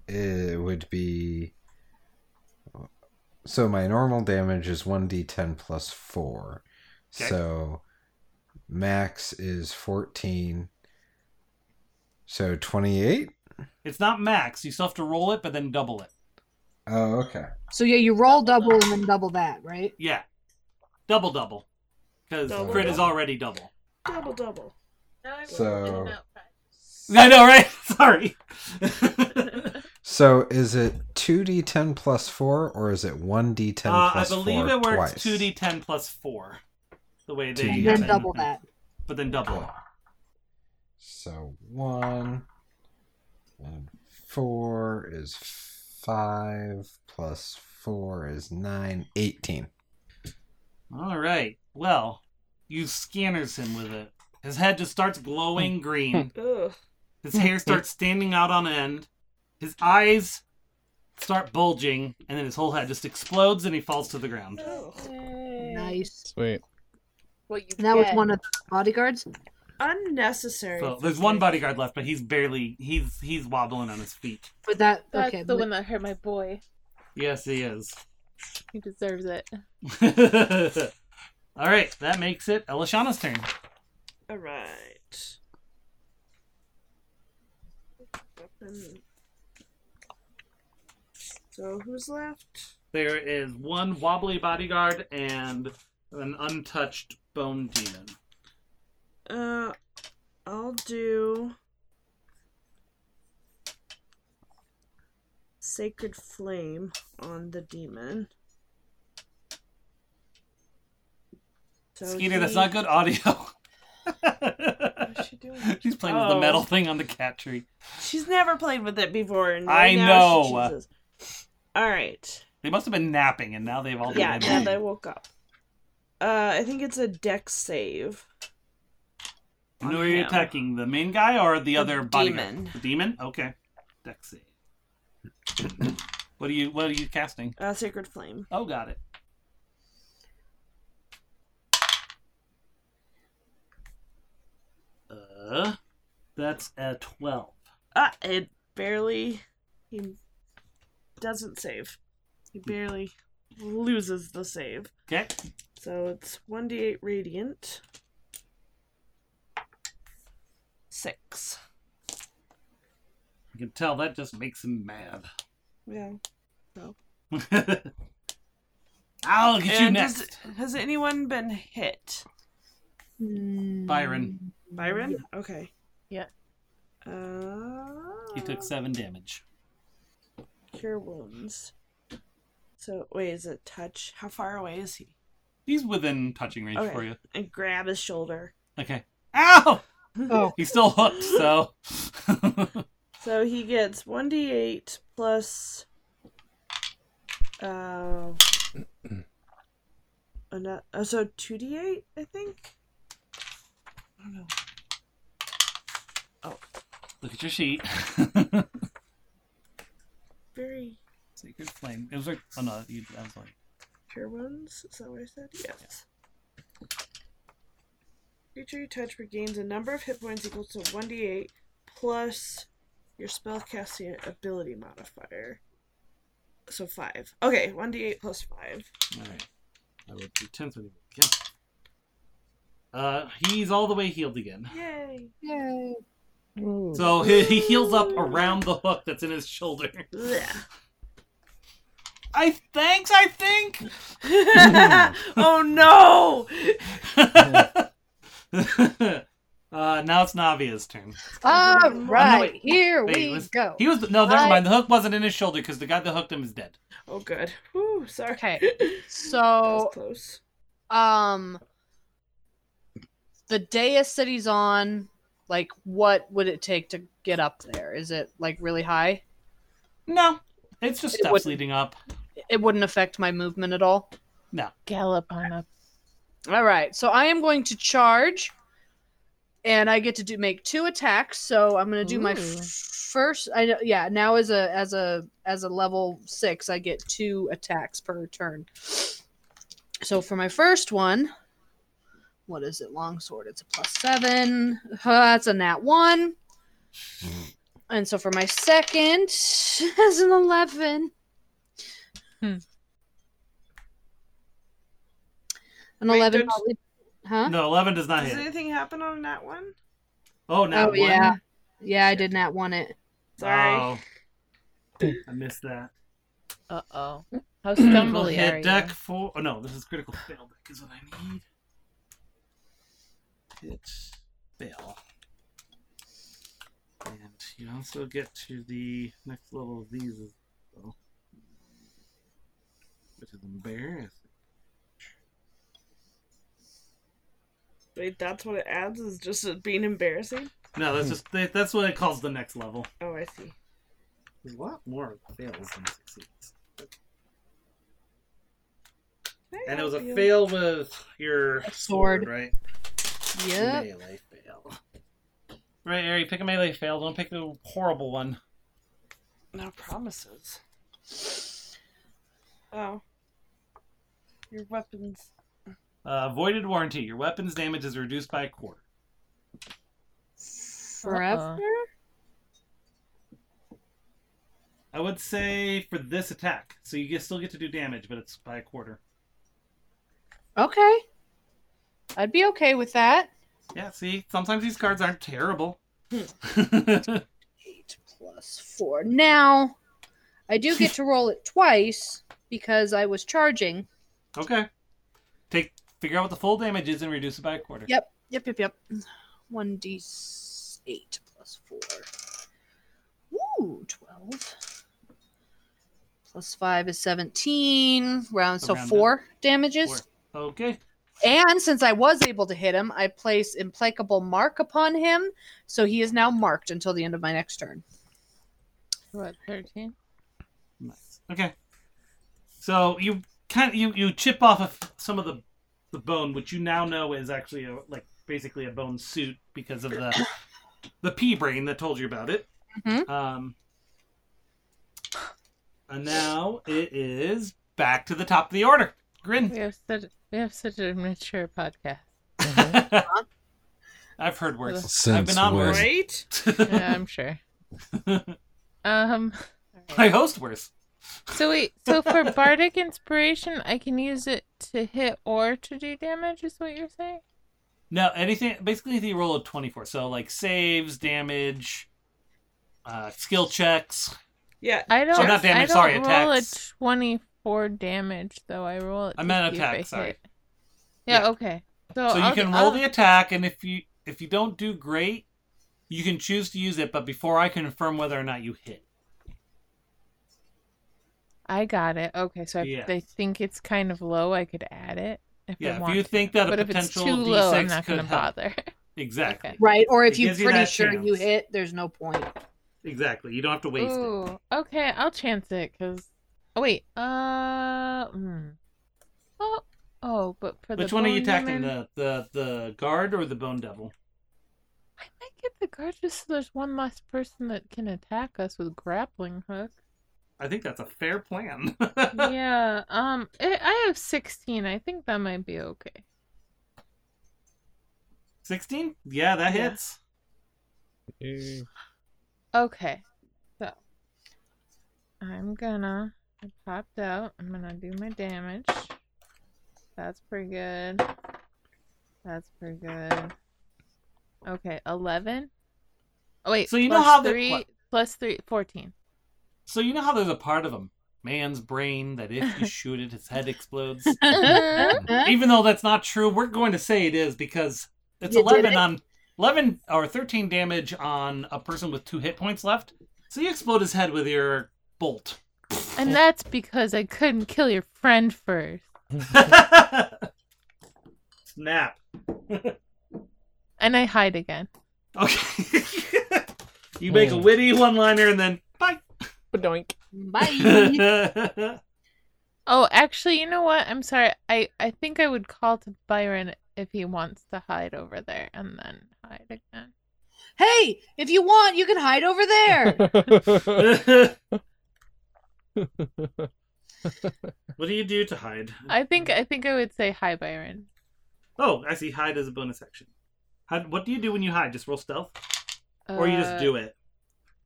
F: it would be so my normal damage is 1d10 plus 4.
A: Okay.
F: So Max is 14. So 28?
A: It's not max. You still have to roll it, but then double it.
F: Oh, okay.
B: So yeah, you roll double and then double that, right?
A: Yeah. Double double. Because
D: Double,
A: crit is
D: double.
A: already double.
D: Double double.
F: So
A: I know, right? Sorry. Uh,
F: so is it 2d10 plus 4 or is it 1d10
A: Uh, I
F: plus 4?
A: believe it works
F: twice?
A: 2d10 plus 4. The way they.
F: 2d10.
B: Then
F: Yeah.
B: double that.
A: But then double it.
F: So 1 and 4 is 5 plus 4 is 9, 18.
A: All right. Well, you scanners him with it. His head just starts glowing green.
D: Ugh.
A: His hair starts standing out on end. His eyes start bulging, and then his whole head just explodes and he falls to the ground.
D: Ugh.
B: Nice.
E: Sweet.
G: What you
B: And that was
G: get.
B: one of the bodyguards.
D: Unnecessary.
A: So there's one bodyguard left, but he's barely he's he's wobbling on his feet.
B: But that
C: That's
B: okay.
C: the
B: but-
C: one that hurt my boy.
A: Yes, he is.
C: He deserves it.
A: All right, that makes it Elishana's turn.
D: All right. Weapon. So who's left?
A: There is one wobbly bodyguard and an untouched bone demon.
D: Uh, I'll do sacred flame on the demon. So
A: Skeeter, that's
D: he-
A: not good audio.
D: What is she doing?
A: She's playing with the
D: Oh.
A: metal thing on the cat tree.
D: She's never played with it before. And
A: I
D: right now she
A: know.
D: chooses. All right.
A: They must have been napping, and now they've all been
D: Yeah, now
A: napping.
D: they woke up. Uh, I think it's a deck save.
A: And Who are you
D: Yeah.
A: attacking? The main guy or the,
D: The
A: other bodyguard?
D: demon.
A: The demon. Okay. Dex save. what are you? What are you casting?
D: Uh, sacred flame.
A: Oh, got it. Uh, that's a twelve.
D: Ah, it barely. He doesn't save. He barely loses the save.
A: Okay.
D: So it's 1d8 radiant. Six.
A: You can tell that just makes him mad.
D: Yeah.
A: I'll get you
D: And
A: next,
D: does- has anyone been hit?
A: Byron.
D: Byron? Okay.
C: Yeah.
D: Uh,
A: You took seven damage.
D: Cure wounds. So, wait, is it touch? How far away is he?
A: He's within touching range
D: Okay.
A: for you.
D: And grab his shoulder.
A: Okay. Ow!
B: Oh.
A: He's still hooked, so.
D: So he gets 1d8 plus. Uh, ano- uh, so 2d8, I think? I don't know.
A: Look at your sheet.
D: Very
A: Sacred flame. It was like. Oh no, you, I was like.
D: pure ones. Is that what I said? Yes. Creature you touch regains a number of hit points equal to 1d8 plus your spellcasting ability modifier. So 5. Okay, 1d8 plus 5.
A: Alright. I will do 10 for the again. Uh, he's all the way healed again.
D: Yay!
B: Yay.
A: So he, he heals up around the hook that's in his shoulder. I thanks, I think!
D: oh no!
A: uh, now it's Navia's turn.
B: All right,
A: wait.
B: here
A: Wait,
B: we
A: was-
B: go.
A: He was no, never
B: Right.
A: mind. The hook wasn't in his shoulder because the guy that hooked him is dead.
D: Oh, good. Whew, sorry.
B: Okay.
D: That was
B: So
D: close.
B: um the dais that he's on like what would it take to get up there is it like really high
A: No, it's just
B: It
A: steps
B: wouldn't.
A: leading up.
B: it wouldn't affect my movement at all
C: Gallop on up.
B: all right so i am going to charge and i get to do make two attacks so i'm going to do my f-
C: Ooh.
B: first i know yeah now as a as a as a level six i get two attacks per turn so for my first one what is it longsword it's a plus seven uh, that's a nat one And so for my second as an eleven.
C: Hmm.
B: An
D: Wait,
B: eleven
D: don't-
B: probably Huh?
A: No, 11 does not
D: Does
A: hit.
D: anything happen on that one?
A: Oh, now
B: oh
A: one.
B: yeah, yeah. I did not want it.
D: Sorry.
A: Oh. I missed that.
C: Uh oh. How
A: Critical
C: stumbly are
A: hit
C: you?
A: deck four. Oh no, this is critical fail deck is what I need. Hit fail. And you also get to the next level of these as well. Which is embarrassing.
D: Wait, that's what it adds is just it being embarrassing.
A: No, that's just that- that's what it calls the next level.
D: Oh, I see.
A: There's a lot more fails than succeeds. And it was a fail with your
B: Sword.
A: sword right?
B: Yep.
A: Melee fail. Right, Ari, pick a melee fail. Don't pick the horrible one.
D: No promises. Oh. Your weapons.
A: Uh, voided warranty. Your weapon's damage is reduced by a quarter.
B: Forever.
A: I would say for this attack, so you get, still get to do damage, but it's by a quarter.
B: Okay. I'd be okay with that.
A: Yeah, see, sometimes these cards aren't terrible. Hmm.
B: Eight plus four. Now, I do get to roll it twice because I was charging.
A: okay, take figure out what the full damage is and reduce it by a quarter.
B: Yep. Yep. Yep. Yep. One d eight plus four. Woo, twelve. Plus five is seventeen. Round so
A: Round
B: four damages.
A: Four. Okay.
B: And since I was able to hit him, I place implacable mark upon him, so he is now marked until the end of my next turn.
C: What, 13?
A: Nice. Okay. So you kind of you, you chip off of some of the the bone, which you now know is actually a like basically a bone suit because of the the pea brain that told you about it.
B: Mhm.
A: Um. And now it is back to the top of the order.
C: We
A: Grin.
C: have such we have such a mature podcast.
A: I've heard worse.
F: Since
A: I've been on
F: when?
A: Right.
D: Right?
C: Yeah, I'm sure. Um.
A: I host worse.
C: So wait. So for bardic inspiration, I can use it to hit or to do damage. Is what you're saying?
A: No, anything. Basically, anything you roll a twenty-four. So like saves, damage, uh, skill checks,
D: Yeah.
C: I don't.
A: So not
C: I
A: damage,
C: don't
A: sorry,
C: roll
A: attacks.
C: a twenty-four damage though. I roll. It
A: I
C: to
A: meant
C: see if I
A: attack, sorry.
C: hit. Yeah,
A: Yeah.
C: Okay. So,
A: so you
C: I'll-
A: can roll
C: I'll-
A: the attack, and if you if you don't do great, you can choose to use it. But before I confirm whether or not you hit,
C: I got it. Okay. So if
A: Yeah.
C: I think it's kind of low. I could add it. If I
A: yeah. If
C: want
A: you
C: to.
A: think that a
C: but if it's
A: potential
C: too low, I'm
A: d6
C: not
A: could
C: going to
A: help,
C: bother.
A: exactly,
C: Okay.
B: Right, or if
A: It
B: you're
A: gives you
B: pretty
A: that
B: sure you
A: chance.
B: hit, there's no point.
A: exactly. You don't have to waste it.
C: Ooh, okay, I'll chance it because. Oh wait, uh, hmm. oh, oh, but for the
A: Which one are you
C: bone
A: attacking?
C: human-
A: The, the the guard or the bone devil?
C: I might get the guard just so there's one less person that can attack us with grappling hook.
A: I think that's a fair plan.
C: yeah, um, I I have sixteen. I think that might be okay.
A: Sixteen? Yeah, that
C: Yeah.
A: hits.
C: Okay, so I'm gonna. I popped out. I'm gonna do my damage. That's pretty good. That's pretty good. Okay, 11. Oh, wait.
A: So you know
C: plus
A: how the-
C: three,
A: what?
C: plus three, 14.
A: So you know how there's a part of a man's brain that if you shoot it, his head explodes. even though that's not true, we're going to say it is because it's
B: You did
A: eleven
B: it?
A: on eleven or thirteen damage on a person with two hit points left. So you explode his head with your bolt.
C: and that's because I couldn't kill your friend first.
A: Snap.
C: And I hide again.
A: Okay. you make
E: Oh.
A: a witty one-liner and then bye.
C: Doink.
B: Bye.
C: Oh, actually, you know what? I'm sorry. I, I think I would call to Byron if he wants to hide over there and then hide again.
B: hey, if you want, you can hide over there.
A: what do you do to hide?
C: I think I think I would say hi, Byron.
A: Oh, I see. Hide as a bonus action. Hide, what do you do when you hide? Just roll stealth, or you just
C: Uh,
A: do it?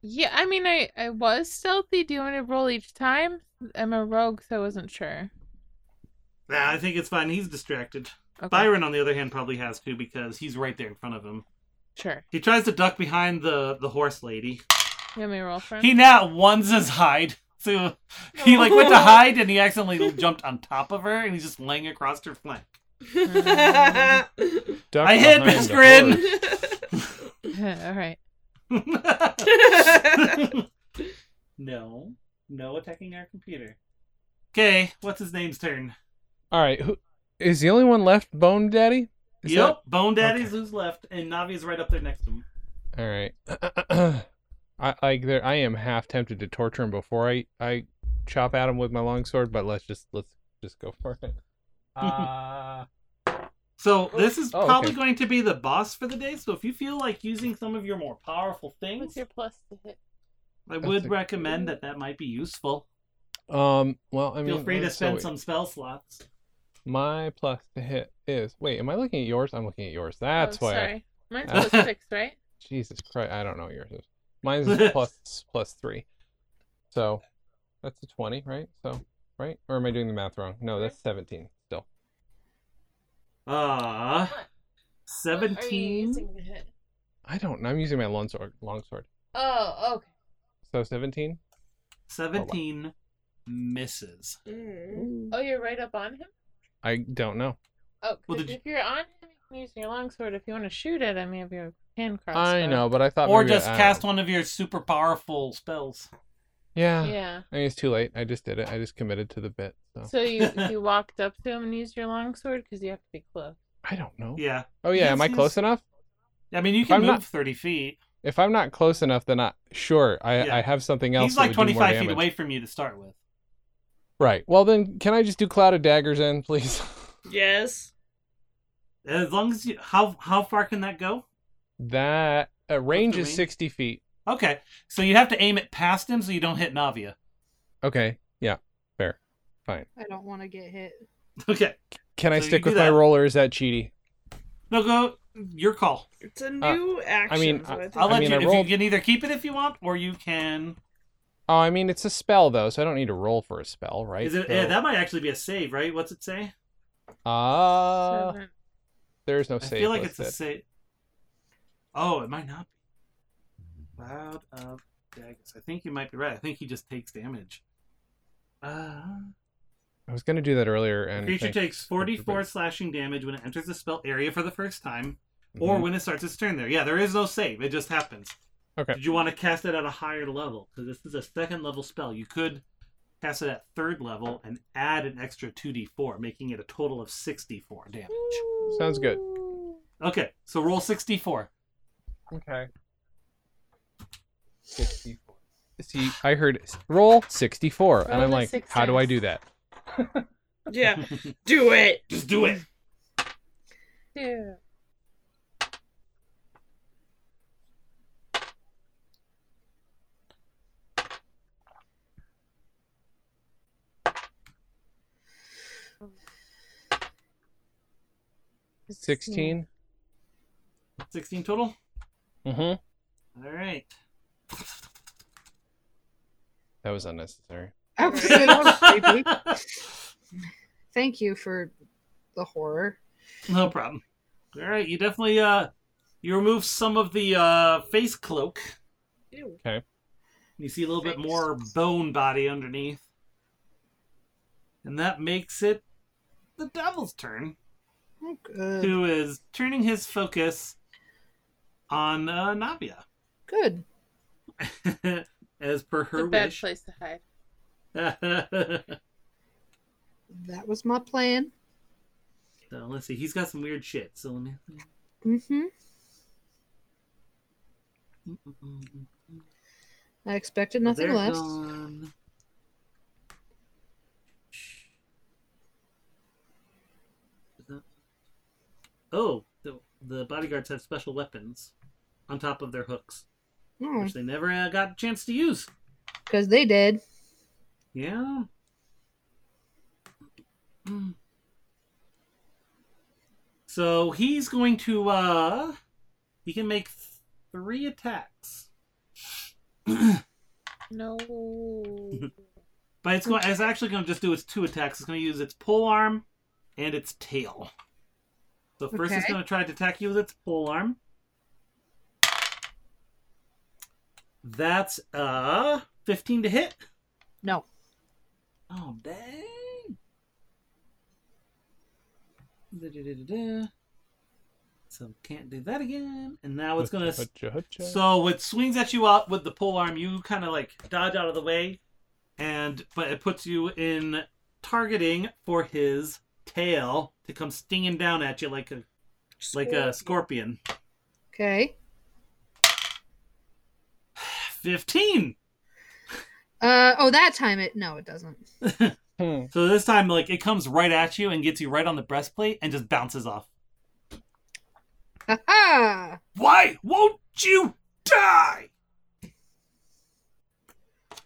C: Yeah, I mean, I I was stealthy. Do you want to roll each time? I'm a rogue, so I wasn't sure.
A: Nah, I think it's fine. He's distracted.
C: Okay.
A: Byron, on the other hand, probably has to because he's right there in front of him.
C: Sure.
A: He tries to duck behind the the horse lady.
C: You want me to roll for him?
A: He now ones his hide. So he like went to hide and he accidentally jumped on top of her and he's just laying across her flank.
E: Duck
A: I hit
E: behind
A: Miss
E: the
A: Grin.
E: horse.
C: All right.
A: no, no attacking our computer. Okay, what's his name's turn?
E: All right, who is the only one left? Bone Daddy. Is
A: yep, Bone Daddy's who's left, and Navi's right up there next to him.
E: All right. I like there. I am half tempted to torture him before I I chop at him with my longsword, but let's just let's just go for it. Uh,
A: So this is
E: Oh, okay.
A: probably going to be the boss for the day. So if you feel like using some of your more powerful
C: What's
A: things,
C: your plus to hit?
A: I would
E: That's a-
A: recommend that that might be useful.
E: um. Well, I mean,
A: feel free to
E: let's- so
A: spend
E: wait.
A: some spell slots.
E: My plus to hit is wait. Am I looking at yours? I'm looking at yours. That's
C: oh,
E: why. I-
C: Sorry. Mine's
E: Ah.
C: plus six, right?
E: Jesus Christ, I don't know what yours is. Mine's is plus plus three, so that's a twenty, right? So right, or am I doing the math wrong? No, that's seventeen. Still,
A: Uh,
C: What are you
A: 17.
C: using to hit?
E: I don't. know. I'm using my longsword. Longsword.
C: Oh, okay.
E: So seventeen.
A: 17 misses.
D: Hmm.
C: Oh, you're right up on him?
E: I don't know.
C: Oh, 'cause
A: Well, did you-
C: if you're on him, you can use your longsword. If you want to shoot at him, you have your hand crossbow.
E: I know, but I thought
A: Or
E: maybe
A: just
E: I-
A: cast one of your super powerful spells.
E: Yeah.
C: Yeah.
E: I mean, it's too late. I just did it. I just committed to the bit. So
C: So you you walked up to him and used your longsword because you have to be close.
E: I don't know.
A: Yeah.
E: Oh yeah,
A: Yes,
E: am I
A: yes.
E: close enough?
A: I mean, you can
E: I'm
A: move
E: not-
A: 30 feet.
E: If I'm not close enough, then I sure I,
A: Yeah.
E: I have something else.
A: He's
E: that
A: like
E: would do more
A: 25 feet
E: damage.
A: away from you to start with.
E: Right. Well, then can I just do cloud of daggers in, please?
D: Yes.
A: As long as you. How, how far can that go?
E: that uh, range
A: the
E: is
A: range?
E: sixty feet.
A: Okay. So you have to aim it past him so you don't hit Navia.
E: Okay. Yeah. Fair.
B: I don't want to get hit.
A: Okay.
E: Can I
A: So you
E: stick
A: do
E: with my
A: that.
E: roll or is that cheaty?
A: No, go. Your call.
D: It's a new action.
E: mean,
D: so
E: I-
D: think-
A: I'll let
E: mean,
A: you.
E: I
A: if
E: rolled-
A: You can either keep it if you want, or you can.
E: Oh, I mean it's a spell though, so I don't need to roll for a spell, right?
A: Is it,
E: So-
A: yeah, that might actually be a save, right? What's it say?
E: Ah,
C: Seven.
E: there's no
A: I
E: save.
A: feel like it's a
E: listed.
A: save. Oh, it might not be. Cloud of daggers. I think you might be right. I think he just takes damage. Uh,
E: I was gonna do that earlier, and
A: creature
E: thank-
A: takes 44
E: everybody.
A: slashing damage when it enters the spell area for the first time, or
E: Mhm.
A: when it starts its turn there. Yeah, there is no save. It just happens.
E: Okay.
A: Did you want to cast it at a higher level? Because this is a second level spell. You could cast it at third level and add an extra 2d4, making it a total of 64 damage.
E: sounds good.
A: Okay, so roll 64.
E: Okay. 64. See, I heard s- roll 64, and
C: Roll
E: I'm
C: the
E: like, how do I
C: success.
E: do that?
D: yeah. Do it.
A: Just do it.
C: Two. Sixteen.
A: 16
E: 16?
A: total?
E: Mm-hmm.
A: All right.
E: That was unnecessary.
B: I was gonna- that was creepy. Thank you for the horror.
A: no problem. All right, you definitely uh you remove some of the uh face cloak.
E: Okay.
A: You see a little bit more bone body underneath. And that makes it the devil's turn,
B: Oh, good.
A: who is turning his focus on uh, Navia.
B: Good.
A: As per her
C: It's a bad
A: wish.
C: place to hide.
B: That was my plan.
A: So let's see. He's got some weird shit. So let me. mm,
B: Mm-hmm.
A: mm,
B: I expected nothing
A: They're
B: less.
A: gone. Oh, the, the bodyguards have special weapons on top of their hooks,
B: Hmm.
A: which they never uh, got a chance to use.
B: Because Oh, they did.
A: Yeah. Mm. So he's going to uh he can make three attacks.
C: No.
A: But it's going it's actually gonna just do its two attacks. It's gonna use its pole arm and its tail. So first it's
B: Okay.
A: going to try to attack you with its pole arm. That's uh 15 to hit.
B: No.
A: Oh dang. Da-da-da-da-da. So can't do that again. And now it's going to
E: Hutcha, hutcha.
A: so it swings at you out with the pole arm. You kind of like dodge out of the way, and but it puts you in targeting for his tail to come stinging down at you like a like uh, a scorpion.
B: Okay.
A: Fifteen.
B: Uh oh, that time it no, it doesn't.
E: Hmm.
A: So this time, like it comes right at you and gets you right on the breastplate and just bounces off.
B: Ha ha!
A: Why won't you die?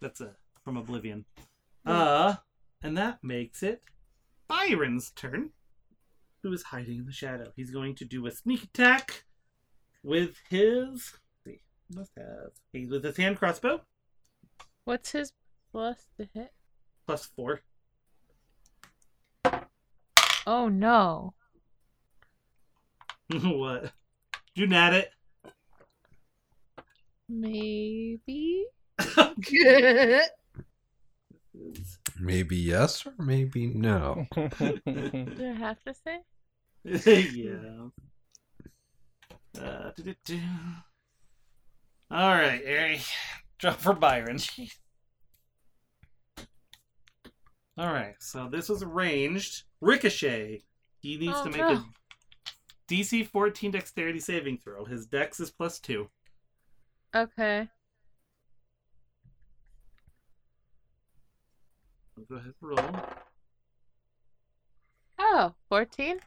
A: That's a from Oblivion. Uh, and that makes it Byron's turn, who is hiding in the shadow. He's going to do a sneak attack with his. see, must have. He's with his hand crossbow
C: What's his plus to hit?
A: plus four.
C: Oh no.
A: what? You nat it.
C: Maybe?
F: Maybe yes or maybe no.
C: Do I have to say?
A: yeah. Uh, do-do-do. All right, Ari. Drop for Byron. All right, so this was ranged. Ricochet. He needs
C: Oh,
A: to make a
C: no.
A: DC 14 dexterity saving throw. His dex is plus two.
C: Okay.
A: Go ahead and roll.
C: Oh, 14?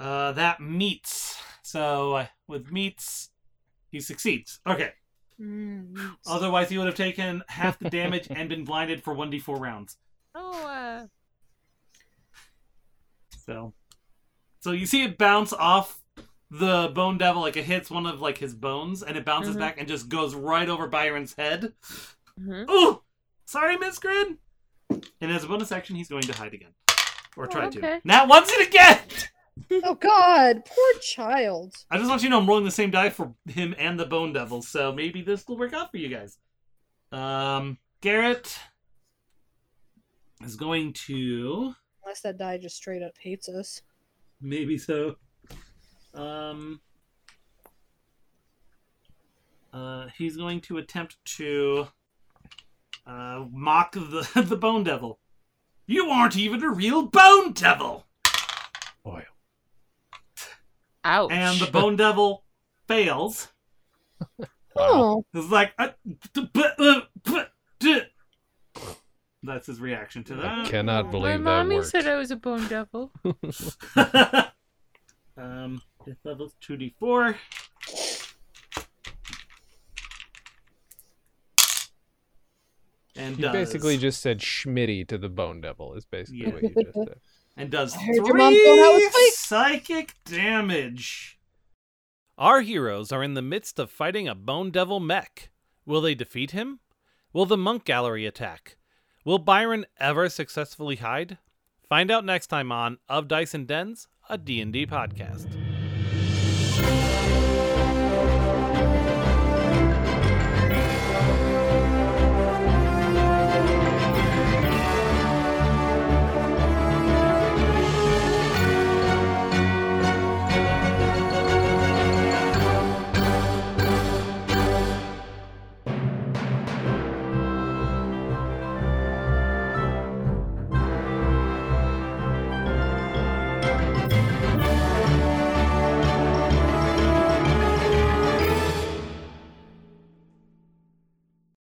A: Uh, that meets. So uh, with meets, he succeeds. Okay.
B: Mm,
A: Otherwise, he would have taken half the damage and been blinded for 1d4 rounds.
C: Oh, uh,
A: So, so you see it bounce off the bone devil, like it hits one of like his bones, and it bounces
C: Mhm.
A: back and just goes right over Byron's head.
C: mhm.
A: Oh, sorry, Miss Grin. And as a bonus action, he's going to hide again, or
C: Oh,
A: try to.
C: okay.
A: Nat wants it again.
B: oh God, poor child.
A: I just want you to know I'm rolling the same die for him and the bone devil, so maybe this will work out for you guys. Um, Garrett is going to.
B: Unless that die just straight up hates us.
A: Maybe so. Um, uh, he's going to attempt to uh, mock the the Bone Devil. You aren't even a real Bone Devil,
C: ouch.
A: and the Bone Devil fails.
B: Oh,
A: It's like uh, d- b- uh, b- d- that's his reaction to
E: I
A: that.
E: cannot
C: My
E: believe that
C: mommy
E: worked.
C: said I was a bone devil.
A: um, fifth level two d four. And
E: you
A: does,
E: basically just said Schmitty to the Bone Devil is basically
A: Yeah.
E: what you just said.
A: and does
B: I heard your mom's going out with
A: three
B: Spike.
A: psychic damage.
H: Our heroes are in the midst of fighting a Bone Devil mech. Will they defeat him? Will the Monk Gallery attack? Will Byron ever successfully hide? Find out next time on Of Dice and Dens, a D&D podcast.